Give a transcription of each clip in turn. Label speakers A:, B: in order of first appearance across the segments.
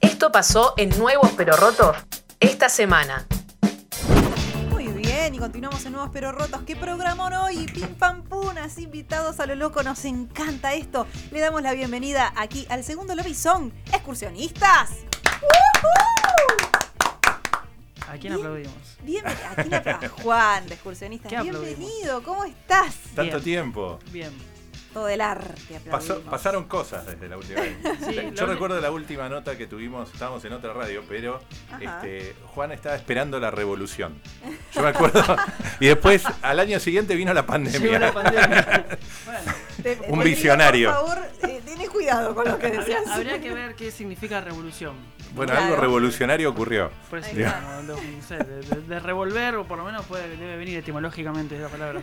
A: Esto pasó en Nuevos Pero Rotos esta semana.
B: Muy bien, y continuamos en Nuevos Pero Rotos. ¿Qué programón hoy? Pim pam pum, así invitados a lo loco, nos encanta esto. Le damos la bienvenida aquí al segundo lobby son excursionistas.
C: ¿A quién
B: Bien.
C: aplaudimos?
B: Bienvenido, aquí la pa- Juan de excursionistas.
C: ¿Qué aplaudimos?
B: Bienvenido, ¿cómo estás?
D: Tanto
C: Bien.
D: tiempo.
C: Bien.
B: Todo el arte
D: Pasó-
B: aplaudimos.
D: pasaron cosas desde la última vez.
C: Sí, la
D: Yo
C: uni-
D: recuerdo la última nota que tuvimos, estábamos en otra radio, pero
B: Ajá.
D: este, Juan estaba esperando la revolución. Yo me acuerdo. y después, al año siguiente, vino la
C: Llegó
D: pandemia.
C: la pandemia. Bueno,
B: Te- te
D: un
B: pido,
D: visionario.
B: Por favor, eh, tenés cuidado con lo que decías.
C: habría, habría que ver qué significa revolución.
D: Bueno,
B: Claro.
D: algo revolucionario ocurrió.
C: Por eso,
B: Ahí
C: digamos, de, no sé, de- de- de revolver, o por lo menos puede, debe venir etimológicamente esa palabra.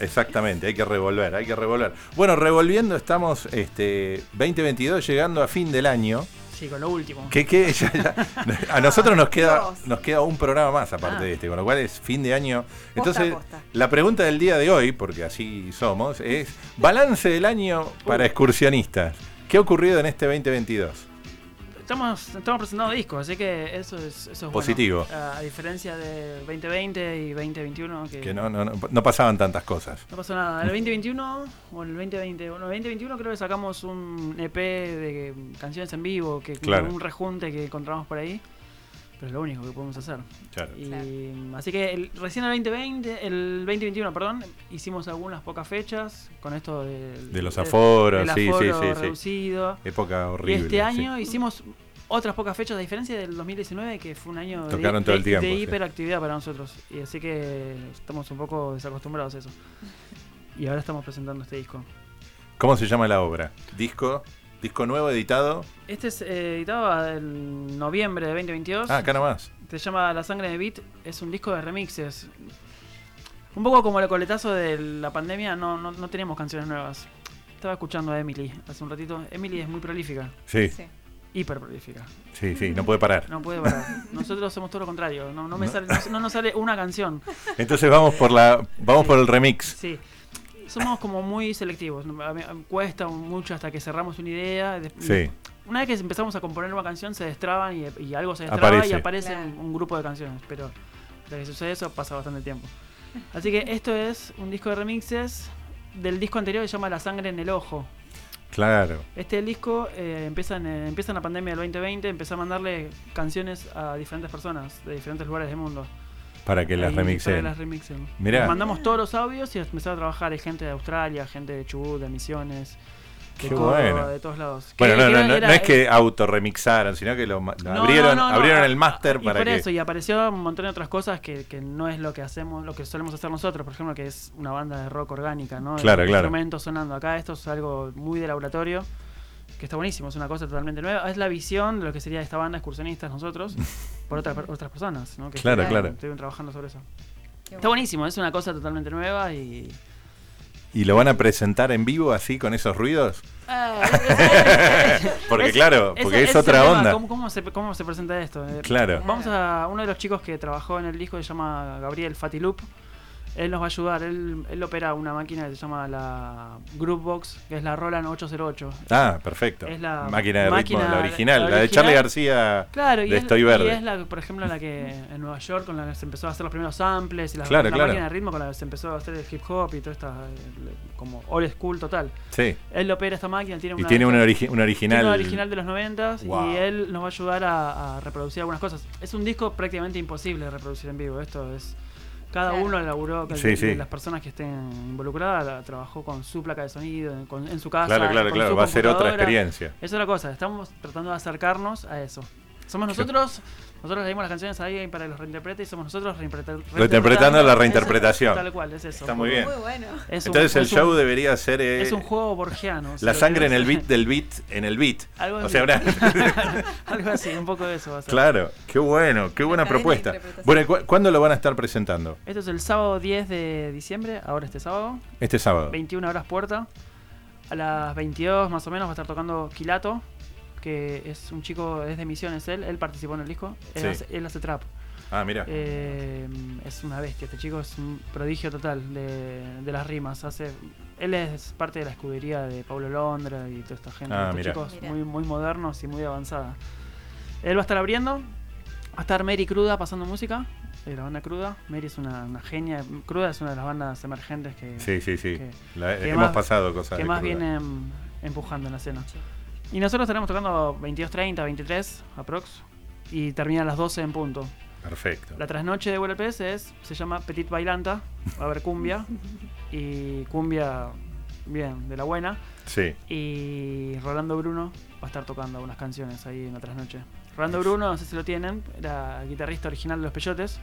D: Exactamente, hay que revolver, hay que revolver. Bueno, revolviendo, estamos este, 2022 llegando a fin del año.
C: Sí, con lo último.
D: Que, que ya- ya- a nosotros nos queda,
B: Dios.
D: nos queda un programa más aparte
C: Ah.
D: de este, con lo cual es fin de año. Entonces,
B: posta.
D: la pregunta del día de hoy, porque así somos, es balance del año para
C: Uh.
D: excursionistas. ¿Qué ha ocurrido en este 2022?
C: Estamos, estamos presentando discos, así que eso es, eso es bueno.
D: Positivo.
C: A, a diferencia de 2020 y 2021, que,
D: Que no, no, no, no pasaban tantas cosas.
C: no pasó nada. El 2021, o el 2020, bueno, el 2021 creo que sacamos un EP de canciones en vivo, que
D: Claro.
C: un rejunte que encontramos por ahí. Pero es lo único que podemos hacer.
D: Claro.
C: Y, Así que el- recién el 2020, el 2021, perdón, hicimos algunas pocas fechas con esto del-
D: De los
C: del-
D: aforos,
C: del
D: sí, sí,
C: aforo
D: sí, sí.
C: reducido.
D: Época
C: Y
D: horrible.
C: este
D: sí.
C: año hicimos otras pocas fechas, a diferencia del 2019, que fue un año de-
D: Tocaron
C: de,
D: todo el tiempo,
C: de
D: sí.
C: hiperactividad para nosotros. Y así que estamos un poco desacostumbrados a eso. Y ahora estamos presentando este disco.
D: ¿Cómo se llama la obra? Disco, disco nuevo editado.
C: Este es eh, editado en noviembre de 2022.
D: Ah, acá nomás.
C: Se llama La Sangre de Beat, es un disco de remixes. Un poco como el coletazo de la pandemia, no, no, no tenemos canciones nuevas. Estaba escuchando a Emily hace un ratito. Emily es muy prolífica,
D: Sí,
B: Sí.
C: hiper prolífica.
D: sí, sí, no puede parar.
C: No puede parar. Nosotros somos todo lo contrario. No, no, me Sale, no, no nos sale una canción.
D: Entonces vamos por la, vamos por el remix.
C: Sí. Somos como muy selectivos. A mí- a mí Cuesta mucho hasta que cerramos una idea. Des-
D: Sí.
C: Una vez que empezamos a componer una canción, se destraban y, y algo se destraba
D: Aparece.
C: y aparece un-
B: Claro.
C: un grupo de canciones. Pero hasta que sucede eso pasa bastante tiempo. Así que esto es un disco de remixes del disco anterior que se llama La sangre en el ojo.
D: Claro.
C: Este disco eh, empieza, en, eh, empieza en la pandemia del 2020. Empecé a mandarle canciones a diferentes personas de diferentes lugares del mundo.
D: Para que las
C: Ahí, para que
D: remixen.
C: las remixen.
D: Mirá.
C: Les mandamos todos los audios y empezó a trabajar hay gente de Australia, gente de Chubut, de Misiones, de
D: Qué
C: Córdoba,
D: bueno.
C: de todos lados.
D: Bueno,
C: Que-
D: no,
C: que
D: no,
C: era-
D: no,
C: era-
D: no es que autorremixaron, sino que lo, ma-
C: No,
D: abrieron,
C: no, no,
D: abrieron
C: a-
D: el máster
C: y
D: para
C: por
D: que.
C: eso, y apareció un montón de otras cosas que, que no es lo que hacemos, lo que solemos hacer nosotros, por ejemplo, que es una banda de rock orgánica, ¿no?
D: Claro,
C: El
D: claro.
C: instrumentos sonando acá, esto es algo muy de laboratorio, que está buenísimo, es una cosa totalmente nueva, es la visión de lo que sería esta banda excursionistas nosotros, por otras otras personas, ¿no? Que
D: Claro,
C: estuvieron-
D: claro.
C: Estuvieron trabajando sobre eso.
B: Qué
C: Está buenísimo, es una cosa totalmente nueva y...
D: ¿Y lo van a presentar en vivo así con esos ruidos? Porque,
C: Ah, Es-
D: claro,
C: ese-
D: porque es,
C: ese el
D: otra
C: tema,
D: onda.
C: ¿Cómo, cómo se, cómo se presenta esto? Eh,
D: Claro.
C: Vamos a uno de los chicos que trabajó en el disco que se llama Gabriel Fatilup. Él nos va a ayudar. Él, él opera una máquina que se llama la Groovebox, que es la Roland 808.
D: Ah, perfecto.
C: Es la
D: máquina de
C: máquina
D: ritmo, la
C: de-
D: original,
C: la
D: la de
C: original.
D: Charlie García
C: Claro, y,
D: de
C: es,
D: Estoy
C: y
D: Verde.
C: es la, por ejemplo, la que en Nueva York con la que se empezó a hacer los primeros samples y la,
D: Claro,
C: la
D: claro.
C: máquina de ritmo con la que se empezó a hacer el hip hop y todo esta eh, como old school total.
D: Sí.
C: Él opera esta máquina, tiene
D: Y
C: una
D: tiene un, origi- un
C: Tiene
D: original.
C: una original de los 90
D: Wow.
C: y él nos va a ayudar a, a reproducir algunas cosas. Es un disco prácticamente imposible de reproducir en vivo. Esto es. Cada
B: Claro.
C: uno laburó, cada-
D: Sí, sí.
C: de las personas que estén involucradas, la- trabajó con su placa de sonido, en, con- en su casa.
D: Claro, claro,
C: con
D: claro.
C: su
D: Va a ser otra
C: computadora.
D: experiencia.
C: Es otra cosa, estamos tratando de acercarnos a eso. Somos nosotros, nosotros leímos las canciones a alguien para que los reinterprete y somos nosotros reinterpretando.
D: Reinterpretando la
C: Eso,
D: reinterpretación.
C: Tal cual, es eso.
D: Está muy bien.
B: Muy bueno.
C: Es un-
D: Entonces el
C: es un-
D: show debería ser. eh,
C: Es un juego borgiano. si
D: la
C: lo
D: sangre en
C: querés.
D: el beat del beat en el beat.
C: Algo
D: O
C: así.
D: sea, habrá-
C: Algo así, un poco de eso va a ser.
D: claro, qué bueno, qué
B: cadena
D: buena
B: de
D: propuesta.
B: interpretación.
D: Bueno, ¿y cu- ¿cuándo lo van a estar presentando?
C: Esto es el sábado 10 de diciembre, ahora este sábado,
D: Este sábado.
C: 21 horas puerta. A las 22 más o menos va a estar tocando Quilato, que es un chico, es de Misiones él, él participó en el disco, él,
D: Sí.
C: hace, él hace trap.
D: Ah, mira.
C: Eh, es una bestia, este chico es un prodigio total de, de las rimas. Hace, él es parte de la escudería de Pablo Londra y toda esta gente,
D: Ah,
C: estos
D: mirá.
C: chicos
B: Mirá.
C: muy, muy modernos y muy avanzada. Él va a estar abriendo. Va a estar Mary Cruda pasando música. De la banda Cruda. Mary es una, una genia. Cruda es una de las bandas emergentes que,
D: Sí, sí, sí.
C: que-
D: La-
C: que
D: hemos
C: más-
D: pasado cosas.
C: que
D: de
C: más
D: cruda.
C: vienen empujando en la escena. Y nosotros estaremos tocando 22.30, 23 aprox. Y termina a las 12 en punto.
D: Perfecto.
C: La trasnoche de WPS es, se llama Petit Bailanta. Va a haber cumbia. Y cumbia, bien, de la buena.
D: Sí.
C: Y Rolando Bruno va a estar tocando algunas canciones ahí en la trasnoche. Rolando Bruno, no sé si lo tienen, era guitarrista original de Los Peyotes.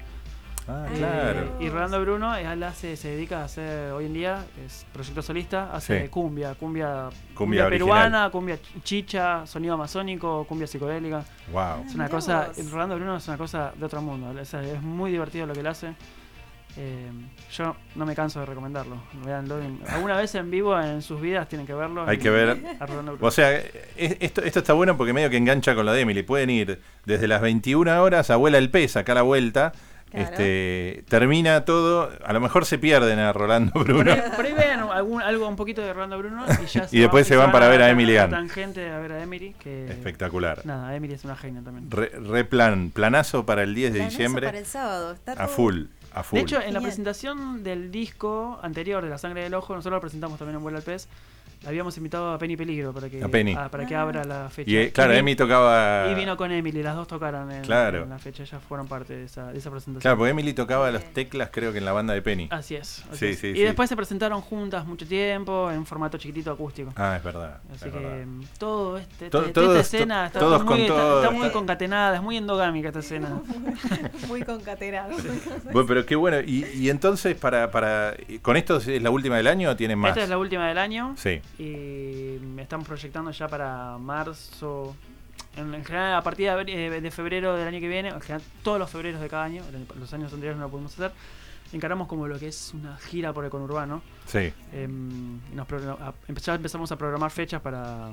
B: Ah.
D: Ah, claro.
C: Eh, y Rolando Bruno, eh, él hace- se dedica a hacer, hoy en día, es proyecto solista, hace
D: Sí.
C: cumbia, cumbia, cumbia,
D: Cumbia original.
C: peruana, cumbia ch- chicha, sonido amazónico, cumbia psicodélica.
D: Wow.
C: Es una
B: Ah, Mirá
C: cosa,
B: vos.
C: el Rolando Bruno es una cosa de otro mundo, o sea, es muy divertido lo que él hace. Eh, yo no me canso de recomendarlo. Véanlo en- Alguna vez en vivo en sus vidas tienen que verlo.
D: Hay
C: en-
D: que ver.
C: a Rolando Bruno.
D: O sea, es- esto, esto está bueno porque medio que engancha con la de Emily. Pueden ir desde las 21 horas, abuela el pez, acá a la vuelta.
B: Claro.
D: Este, termina todo. A lo mejor se pierden a Rolando
C: Por
D: Bruno.
C: ahí- por ahí vean algún, algo, un poquito de Rolando Bruno y ya
D: Y después se van para ver a
C: la-
D: Emily
C: la
D: Gunn.
C: Tangente a ver a Emily. Que,
D: Espectacular.
C: Nada, Emily es una genia también.
D: Re, re plan, planazo para el 10 de
B: Planazo
D: diciembre.
B: Para el sábado. Está
D: A
B: todo-
D: full, a full.
C: De hecho, en la
B: Genial.
C: presentación del disco anterior de La Sangre del Ojo, nosotros lo presentamos también en Vuela al Pez. La habíamos invitado a Penny Peligro para que,
D: A Penny.
C: ah, para que
B: Ah.
C: abra la fecha.
D: y, eh, claro,
C: Y-
D: Emi tocaba.
C: Y vino con Emily, las dos tocaron en,
D: Ah. Claro.
C: en la fecha, ellas fueron parte de esa, de esa presentación.
D: Claro, porque Emily tocaba las teclas, creo que en la banda de Penny.
C: Así es. así
D: Sí,
C: es.
D: sí,
C: y
D: sí.
C: después se presentaron juntas mucho tiempo, en formato chiquitito acústico.
D: Ah, es verdad.
C: Así
D: es
C: que
D: verdad.
C: mm, todo este,
D: To-
C: esta-
D: todos-
C: esta escena está,
D: to- todos
C: muy,
D: con
C: está-
D: todo,
C: está
D: está-
C: muy concatenada, es muy endogámica esta escena.
B: Muy concatenado.
D: Bueno, pero qué bueno. Y, y entonces, para, para y ¿con esto es la última del año o tienen más?
C: Esta es la última del año
D: Sí,
C: y me están proyectando ya para marzo. En, en general, a partir de, abri- eh, de febrero del año que viene, en general, todos los febreros de cada año, en los años anteriores no lo pudimos hacer, encaramos como lo que es una gira por el conurbano.
D: sí,
C: Em, y nos progra- a- empe- ya empezamos a programar fechas para,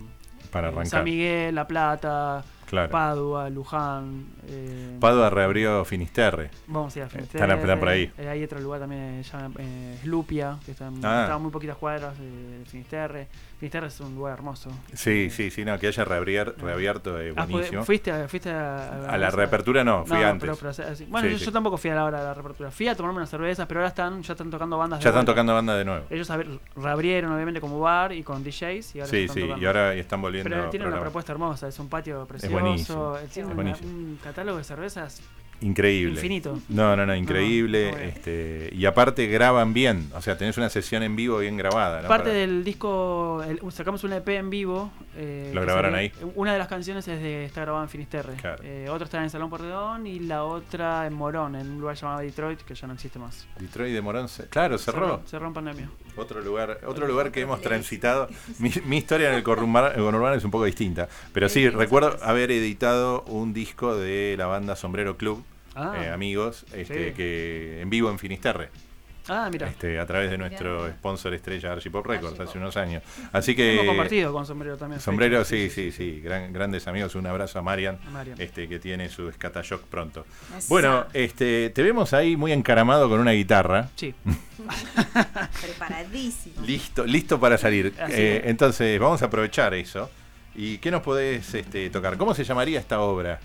D: para
C: eh,
D: arrancar.
C: San Miguel, La Plata,
D: claro.
C: Padua, Luján. eh,
D: Padua reabrió Finisterre.
C: Vamos a ir a
D: están- están por ahí.
C: eh, hay otro lugar también, se llama eh, Slupia, que está, en-
D: Ah.
C: está a muy poquitas cuadras de Finisterre. Finisterre es un lugar hermoso.
D: Sí,
C: Eh,
D: sí, sí, no, que haya reabrier- reabierto es
C: ah,
D: buenísimo.
C: fue- fuiste a, fuiste a,
D: a la reapertura no, fui
C: No,
D: antes.
C: pero- pero, o sea, sí. bueno,
D: Sí,
C: yo,
D: sí.
C: yo tampoco fui a la hora de la reapertura. Fui a tomarme unas cervezas, pero ahora están, ya están tocando bandas. de
D: ya están
C: vuelta.
D: tocando banda de nuevo.
C: Ellos abri- reabrieron, obviamente, como bar y con DJs. Y ahora ya
D: Sí,
C: están
D: sí,
C: tocando.
D: y ahora están volviendo
C: Pero tiene una
D: programas.
C: propuesta hermosa, es un patio precioso, eh,
D: buenísimo,
C: tiene
D: es
C: una-
D: buenísimo.
C: un catálogo de cervezas
D: Increíble.
C: infinito.
D: No, no, no, increíble.
C: No, no, no,
D: este, y aparte graban bien, o sea, tenés una sesión en vivo bien grabada. ¿no?
C: Parte
D: Para-
C: del disco, el- sacamos un EP en vivo. eh,
D: Lo
C: que
D: grabaron
C: salió- Una de las canciones es de, está grabada en Finisterre.
D: Claro.
C: Eh, otra está en el Salón Porredón y la otra en Morón, en un lugar llamado Detroit, que ya no existe más.
D: Detroit de Morón, se- claro, cerró.
C: Cerró en pandemia.
D: Otro lugar, otro lugar que hemos transitado. Mi, mi historia en el corrumbar- el conurbano es un poco distinta, pero sí recuerdo haber editado un disco de la banda Sombrero Club,
C: Ah,
D: eh, amigos, este,
C: Sí.
D: que en vivo en Finisterre,
C: ah mira.
D: este, a través de nuestro
B: mirá.
D: sponsor estrella Archipop Records
B: Archipop.
D: hace unos años. Así
C: Hemos
D: que
C: compartido con Sombrero también.
D: Sombrero,
C: fecha.
D: sí, sí, sí, gran- grandes amigos, un abrazo a Marian,
C: Marian.
D: este, que tiene su escatayoc pronto.
B: Esa.
D: Bueno, este, te vemos ahí muy encaramado con una guitarra.
C: Sí.
B: Preparadísimo.
D: Listo, listo para salir.
C: Así
D: Eh,
C: es.
D: entonces, vamos a aprovechar eso. ¿Y qué nos podés este, tocar? ¿Cómo se llamaría esta obra?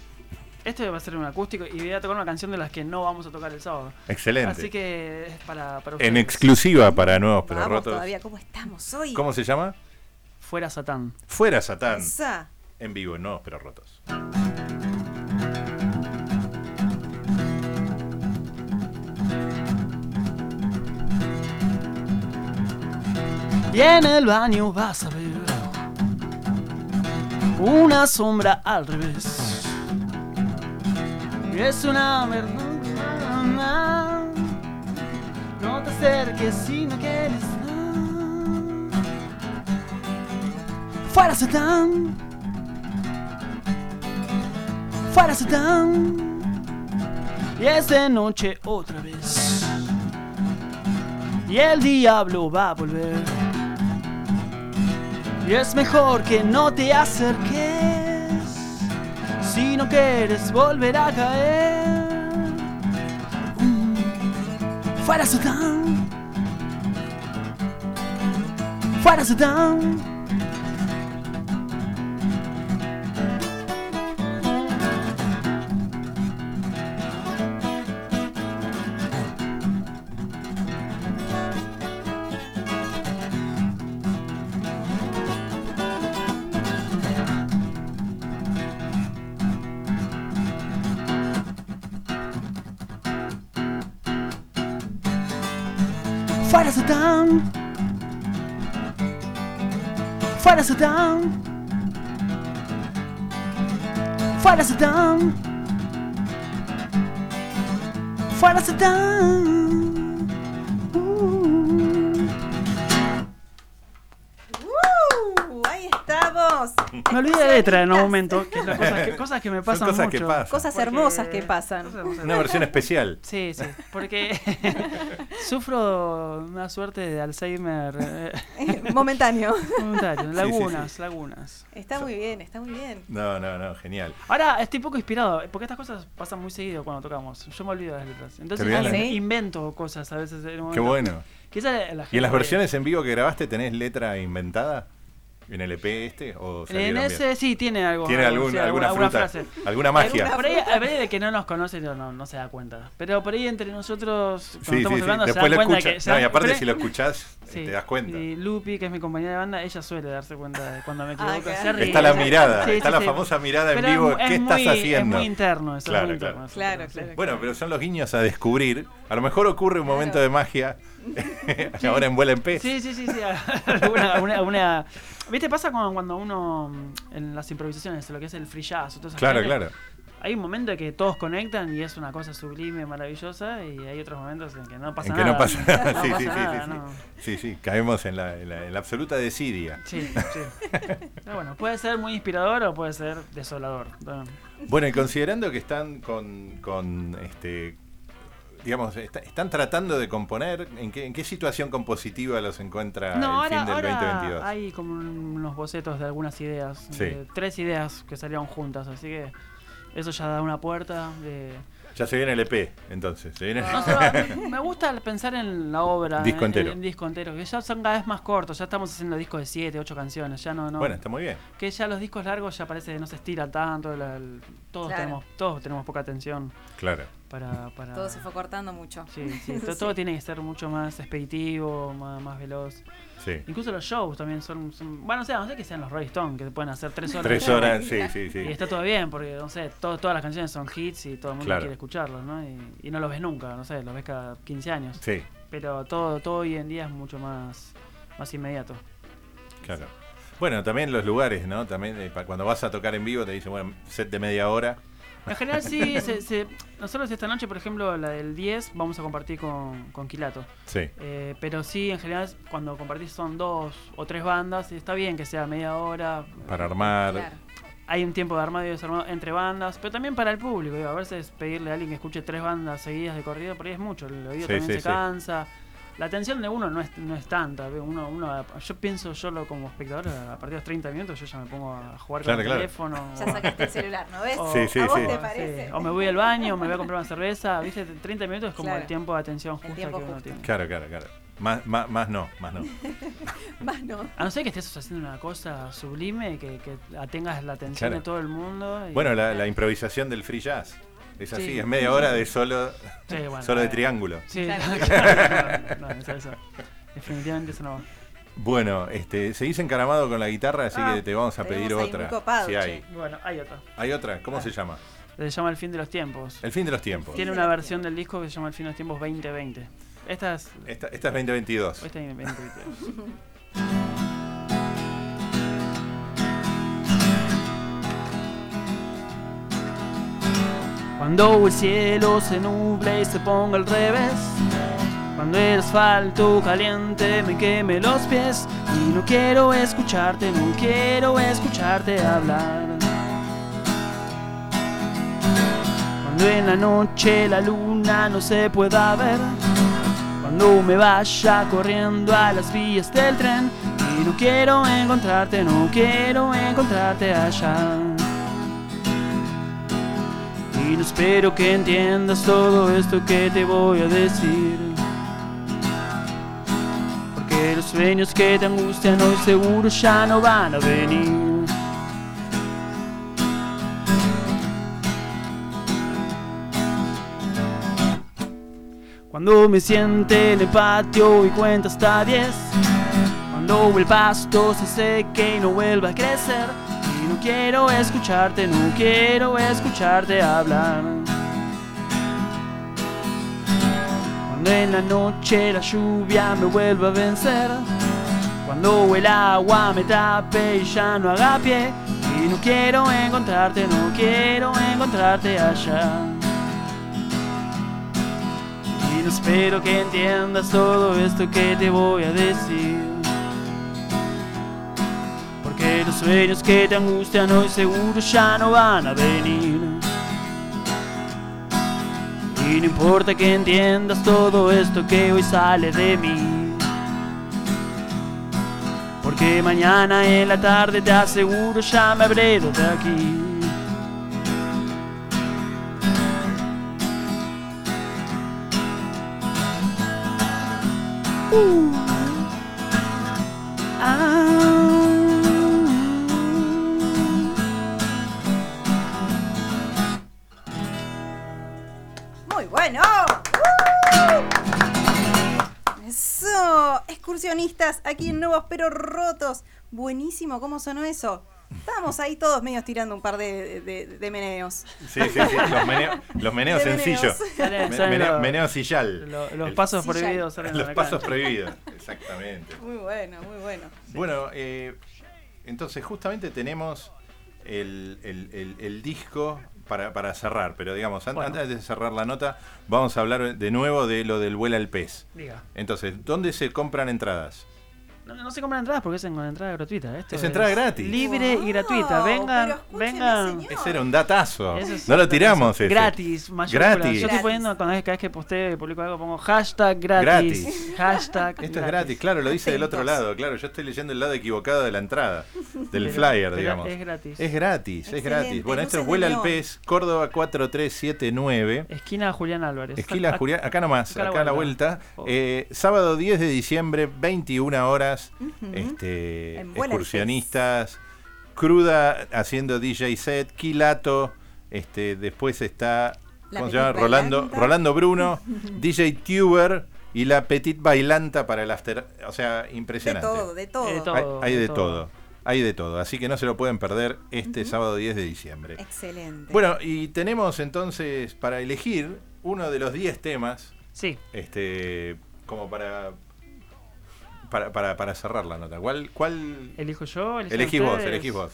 C: Este va a ser un acústico y voy a tocar una canción de las que no vamos a tocar el sábado.
D: Excelente.
C: Así que es para, para
D: en
C: ustedes.
D: exclusiva para nuevos pero
B: Vamos
D: rotos.
B: todavía, ¿cómo estamos hoy?
D: ¿Cómo se llama?
C: Fuera Satán.
D: Fuera Satán.
B: Esa.
D: En vivo, en nuevos pero rotos.
C: Y en el baño vas a ver una sombra al revés. Es una verdad. No te acerques si no quieres. Fuera Satán. Fuera Satán. Y es de noche otra vez. Y el diablo va a volver. Y es mejor que no te acerques si no quieres volver a caer. Mm. Fuera Satán. Fuera Satán. Fuera Sudán. Fuera Sudán. Fuera Sudán. Fuera Sudán. Uh.
B: ¡Uh! Ahí estamos.
C: Me olvidé de letra en un momento. Que es la cosa que, cosas que me pasan
D: cosas que
C: mucho.
D: pasan.
B: Cosas
C: Porque-
B: hermosas que pasan.
C: Cosas hermosas.
D: Una versión especial.
C: Sí, sí, porque sufro una suerte de Alzheimer eh,
B: Momentáneo.
C: voluntario,
D: sí,
C: lagunas, lagunas.
B: Está muy bien, está muy bien.
D: No, no, no, genial.
C: Ahora estoy poco inspirado, porque estas cosas pasan muy seguido cuando tocamos. Yo me olvido de las letras. Entonces
D: olvidas
B: las
C: in-
B: letras.
C: invento cosas a veces. En un
D: Qué
C: momento.
D: bueno.
C: Quizá la- la
D: ¿Y en las
C: gente-
D: versiones en vivo que grabaste tenés letra inventada? ¿En el EP este? ¿O
C: En
D: salieron bien?
C: ese sí tiene algo.
D: ¿Tiene
C: algo,
D: algún-
C: sí,
D: alguna, fruta?
C: frase.
D: ¿Alguna magia?
B: ¿Alguna
C: Por ahí, a ver, de que no nos conoce no, no, no se da cuenta. Pero por ahí entre nosotros, cuando
D: Sí, sí,
C: estamos
D: sí.
C: tocando, se dan
D: Después lo
C: cuenta
D: escuchas.
C: que. se
D: No, y
C: dan-
D: aparte,
C: pero-
D: si lo escuchás, eh,
C: Sí.
D: te das cuenta.
C: Y Lupi, que es mi compañera de banda, ella suele darse cuenta de cuando me equivoco.
B: Ah, claro.
C: se ríe,
D: Está la
C: ella-
D: mirada,
C: Sí,
D: está
C: sí,
D: la
C: sí.
D: famosa mirada en
C: Pero es
D: vivo.
C: mu- es
D: ¿Qué
C: muy-
D: estás haciendo?
C: Es muy interno eso.
D: Claro,
C: es muy
D: claro.
C: interno eso,
B: Claro,
C: pero sí.
B: claro.
D: Bueno, pero son los guiños a descubrir. A lo mejor ocurre un momento de magia. Ahora en vuela en pez.
C: Sí, sí, sí, sí. alguna, alguna- alguna- ¿Viste? Pasa cuando, cuando uno mm, en las improvisaciones, lo que es el free jazz, o todas esas
D: Claro,
C: cosas,
D: claro.
C: Hay un momento en que todos conectan y es una cosa sublime, maravillosa, y hay otros momentos en que no pasa
D: en que
C: nada.
D: no pasa nada.
C: No
D: sí,
C: pasa
D: sí, sí,
C: nada,
D: sí,
C: no.
D: sí. Sí, sí, Caemos en la, en la- en la absoluta desidia.
C: Sí, sí. Pero bueno, puede ser muy inspirador o puede ser desolador. Bueno,
D: Bueno, y considerando que están con, con, este, digamos, está- están tratando de componer, ¿en qué, en qué situación compositiva los encuentra
C: No,
D: Ah, el
C: ahora,
D: fin del
C: ahora
D: 2022?
C: hay como un- unos bocetos de algunas ideas.
D: Sí.
C: de tres ideas que salieron juntas, así que eso ya da una puerta. de-
D: Ya se viene el EP, entonces. Se viene E
C: No solo- me- me gusta pensar en la obra.
D: Disco
C: en-
D: entero.
C: en disco entero, que ya son cada vez más cortos, ya estamos haciendo discos de 7, 8 canciones, ya no, no.
D: Bueno, está muy bien.
C: que ya los discos largos ya parece que no se estira tanto, la- el- todos,
B: Claro.
C: tenemos, todos tenemos poca atención
D: Claro.
C: para... para
B: Todo se fue cortando mucho.
C: Sí, sí, to- todo tiene que ser mucho más expeditivo, más, más veloz.
D: Sí.
C: Incluso los shows también son, son- bueno, o sea, no sé que sean los Rolling Stones, que pueden hacer tres horas.
D: Tres horas, sí, sí,
C: Y
D: sí.
C: está todo bien, porque, no sé, to- todas las canciones son hits y todo el mundo
D: Claro.
C: quiere escucharlos, ¿no? Y, y no los ves nunca, no sé, los ves cada 15 años.
D: Sí,
C: Pero todo, todo hoy en día es mucho más, más inmediato.
D: claro. Bueno, también los lugares, ¿no? También eh, pa- cuando vas a tocar en vivo te dicen, bueno, set de media hora.
C: En general sí, se- se- nosotros esta noche, por ejemplo, la del 10 vamos a compartir con, con Quilato.
D: Sí.
C: Eh, pero sí, en general cuando compartís son dos o tres bandas, está bien que sea media hora.
D: Para armar.
B: Claro.
C: Hay un tiempo de armado y desarmado entre bandas, pero también para el público. digo, a veces pedirle a alguien que escuche tres bandas seguidas de corrido, por ahí es mucho, el oído
D: Sí,
C: también
D: sí,
C: se
D: sí.
C: cansa. La atención de uno no es, no es tanta. ve, Uno, uno, yo pienso, yo lo- como espectador, a partir de los 30 minutos yo ya me pongo a jugar
D: Claro,
C: con el
D: claro.
C: teléfono.
B: Ya sacaste el celular, ¿no ves?
C: O,
D: Sí, sí,
B: ¿A vos
D: sí.
B: te parece?
C: Oh. sí, o me voy al baño, o me voy a comprar una cerveza. ¿Viste? 30 minutos es como
B: Claro.
C: el tiempo de atención justa que
B: tiempo
C: uno
B: justo.
C: tiene.
D: Claro, claro, claro. Más, más, más no, más no.
B: Más no.
C: A no ser que estés haciendo una cosa sublime, que, que atengas la atención
D: Claro.
C: de todo el mundo. y-
D: Bueno, la, la improvisación del free jazz. Es así,
C: Sí.
D: es media hora de solo,
C: Sí, bueno,
D: solo de
C: eh,
D: triángulo.
C: Sí,
B: Claro.
C: claro, no, no, eso, eso. Definitivamente eso no va.
D: Bueno, este, seguís encaramado con la guitarra, así
C: Ah,
D: que te vamos a
B: tenemos
D: pedir
B: ahí muy
D: otra.
B: copado,
D: si
B: che.
D: hay.
C: Bueno, hay otra.
D: Hay otra,
C: Ah.
D: ¿cómo se llama?
C: Se llama El fin de los tiempos.
D: El fin de los tiempos.
C: Tiene
B: de
C: una
B: los
C: versión del disco que se llama El fin de los tiempos 2020. Esta es.
D: Esta, esta es 2022.
C: Esta es 2020. Cuando el cielo se nubla y se ponga al revés. Cuando el asfalto caliente me queme los pies. Y no quiero escucharte, no quiero escucharte hablar. Cuando en la noche la luna no se pueda ver. Cuando me vaya corriendo a las vías del tren. Y no quiero encontrarte, no quiero encontrarte allá. Y no espero que entiendas todo esto que te voy a decir. Porque los sueños que te angustian hoy seguro ya no van a venir. Cuando me siente en el patio y cuenta hasta 10. Cuando el pasto se seque y no vuelva a crecer. Y no quiero escucharte, no quiero escucharte hablar. Cuando en la noche la lluvia me vuelva a vencer. Cuando el agua me tape y ya no haga pie. Y no quiero encontrarte, no quiero encontrarte allá. Y no espero que entiendas todo esto que te voy a decir. Porque los sueños que te angustian hoy seguro ya no van a venir. Y no importa que entiendas todo esto que hoy sale de mí. Porque mañana en la tarde te aseguro ya me habré ido de aquí.
B: Muy bueno. ¡Uh! Eso, excursionistas aquí en Nuevos Pero Rotos. Buenísimo, ¿cómo sonó eso? Estábamos ahí todos medios tirando un par de, de- de meneos.
D: Sí, sí, sí, Los meneos, los meneos
B: De
D: sencillos.
B: meneos.
C: Salen-
D: Me-
C: salen
D: meneo,
C: los-
D: meneo sillal.
C: lo- los
D: El-
C: pasos
B: Sí, ya.
C: prohibidos salen de
D: Los
C: la
D: pasos
C: cancha.
D: prohibidos, exactamente.
B: Muy bueno, muy bueno.
D: Bueno, eh, entonces justamente tenemos el, el- el- el disco para, para cerrar, pero digamos, an-
C: Bueno.
D: antes de cerrar la nota, vamos a hablar de nuevo de lo del vuela al pez.
C: Diga.
D: Entonces, ¿dónde se compran entradas?
C: No, no se compran entradas porque es en- con entrada gratuita. Esto
D: Es entrada gratis.
C: Libre
B: Wow,
C: y
B: pero
C: gratuita. Vengan,
B: escúcheme,
C: vengan.
B: señor.
D: Ese era un datazo.
C: Eso es
D: no lo
C: otra
D: tiramos.
C: cosa.
D: Ese.
C: Gratis, mayúscula.
D: Gratis.
C: Yo estoy
B: Gratis.
C: poniendo cada vez, cada vez que posteo y publico algo, pongo hashtag gratis.
D: Gratis.
C: Hashtag
D: Esto es gratis, claro, lo dice del otro
B: Atentos.
D: lado, claro, yo estoy leyendo el lado equivocado de la entrada, del
C: Pero-
D: flyer,
C: pero
D: digamos.
C: Es gratis.
D: Es gratis, es gratis.
B: Excelente,
D: Bueno, esto
B: luces
D: es
B: de
D: Vuela al
B: neón.
D: Pez, Córdoba 4379.
C: Esquina Julián Álvarez.
D: Esquila
C: Ac-
D: Julián, acá nomás,
C: acá a
D: acá,
C: la
D: a la vuelta.
C: Oh.
D: Eh, sábado 10 de diciembre, 21 horas. este,
B: En Vuela al
D: excursionistas, Cruda haciendo DJ set, Quilato. Este, después está
B: La
D: ¿cómo
B: Petit
D: se llama? Rolando,
B: Bailanta.
D: Rolando Bruno, DJ Tuber y la Petit Bailanta para el after. O sea,
B: De
D: impresionante.
B: todo, de todo.
C: De todo.
D: Hay, hay
C: de
D: de
C: todo.
D: todo. Hay de todo. Así que no se lo pueden perder este sábado 10 de diciembre.
B: Excelente.
D: Bueno, y tenemos entonces para elegir uno de los 10 temas,
C: Sí.
D: este, como para, para, para, para cerrar la nota. ¿Cuál, cuál
C: Elijo yo. eligen
D: elegís vos?
C: ustedes.
D: Elegís vos.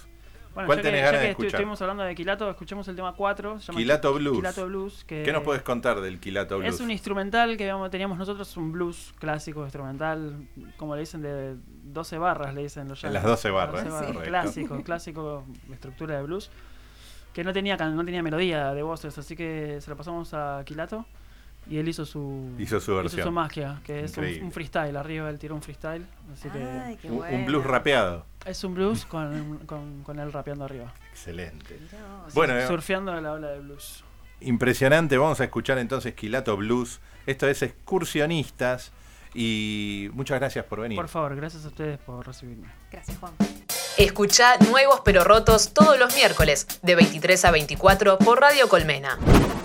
C: Bueno,
D: ¿Cuál
C: ya
D: tenés
C: que,
D: ganas
C: ya
D: de
C: que estu-
D: escuchar?
C: Estuvimos hablando de Quilato, escuchamos el tema 4. se llama
D: Quilato Blues.
C: Quilato Blues. Que
D: ¿Qué nos puedes contar del Quilato Blues?
C: Es un instrumental que digamos, teníamos nosotros, un blues clásico, instrumental, como le dicen, de 12 barras, le dicen los
D: En
C: llaman.
D: las 12 barras, correcto.
C: Clásico, clásico, estructura de blues, que no tenía, can- no tenía melodía de voces, así que se lo pasamos a Quilato y él hizo su,
D: Hizo su versión.
C: magia, que es un,
D: Increíble.
C: un freestyle, arriba él tiró un freestyle, así que
B: Ay, qué
D: Un- un,
B: bueno.
D: blues rapeado.
C: es un blues con, con, con él rapeando arriba,
D: Excelente.
B: Mirá vos.
D: Bueno, eh,
C: surfeando la ola de blues.
D: Impresionante, vamos a escuchar entonces Quilato Blues. Esto es Excursionistas y muchas gracias por venir.
C: Por favor, gracias a ustedes por recibirme.
B: Gracias, Juan.
A: Escucha Nuevos pero Rotos todos los miércoles de 23 a 24 por Radio Colmena.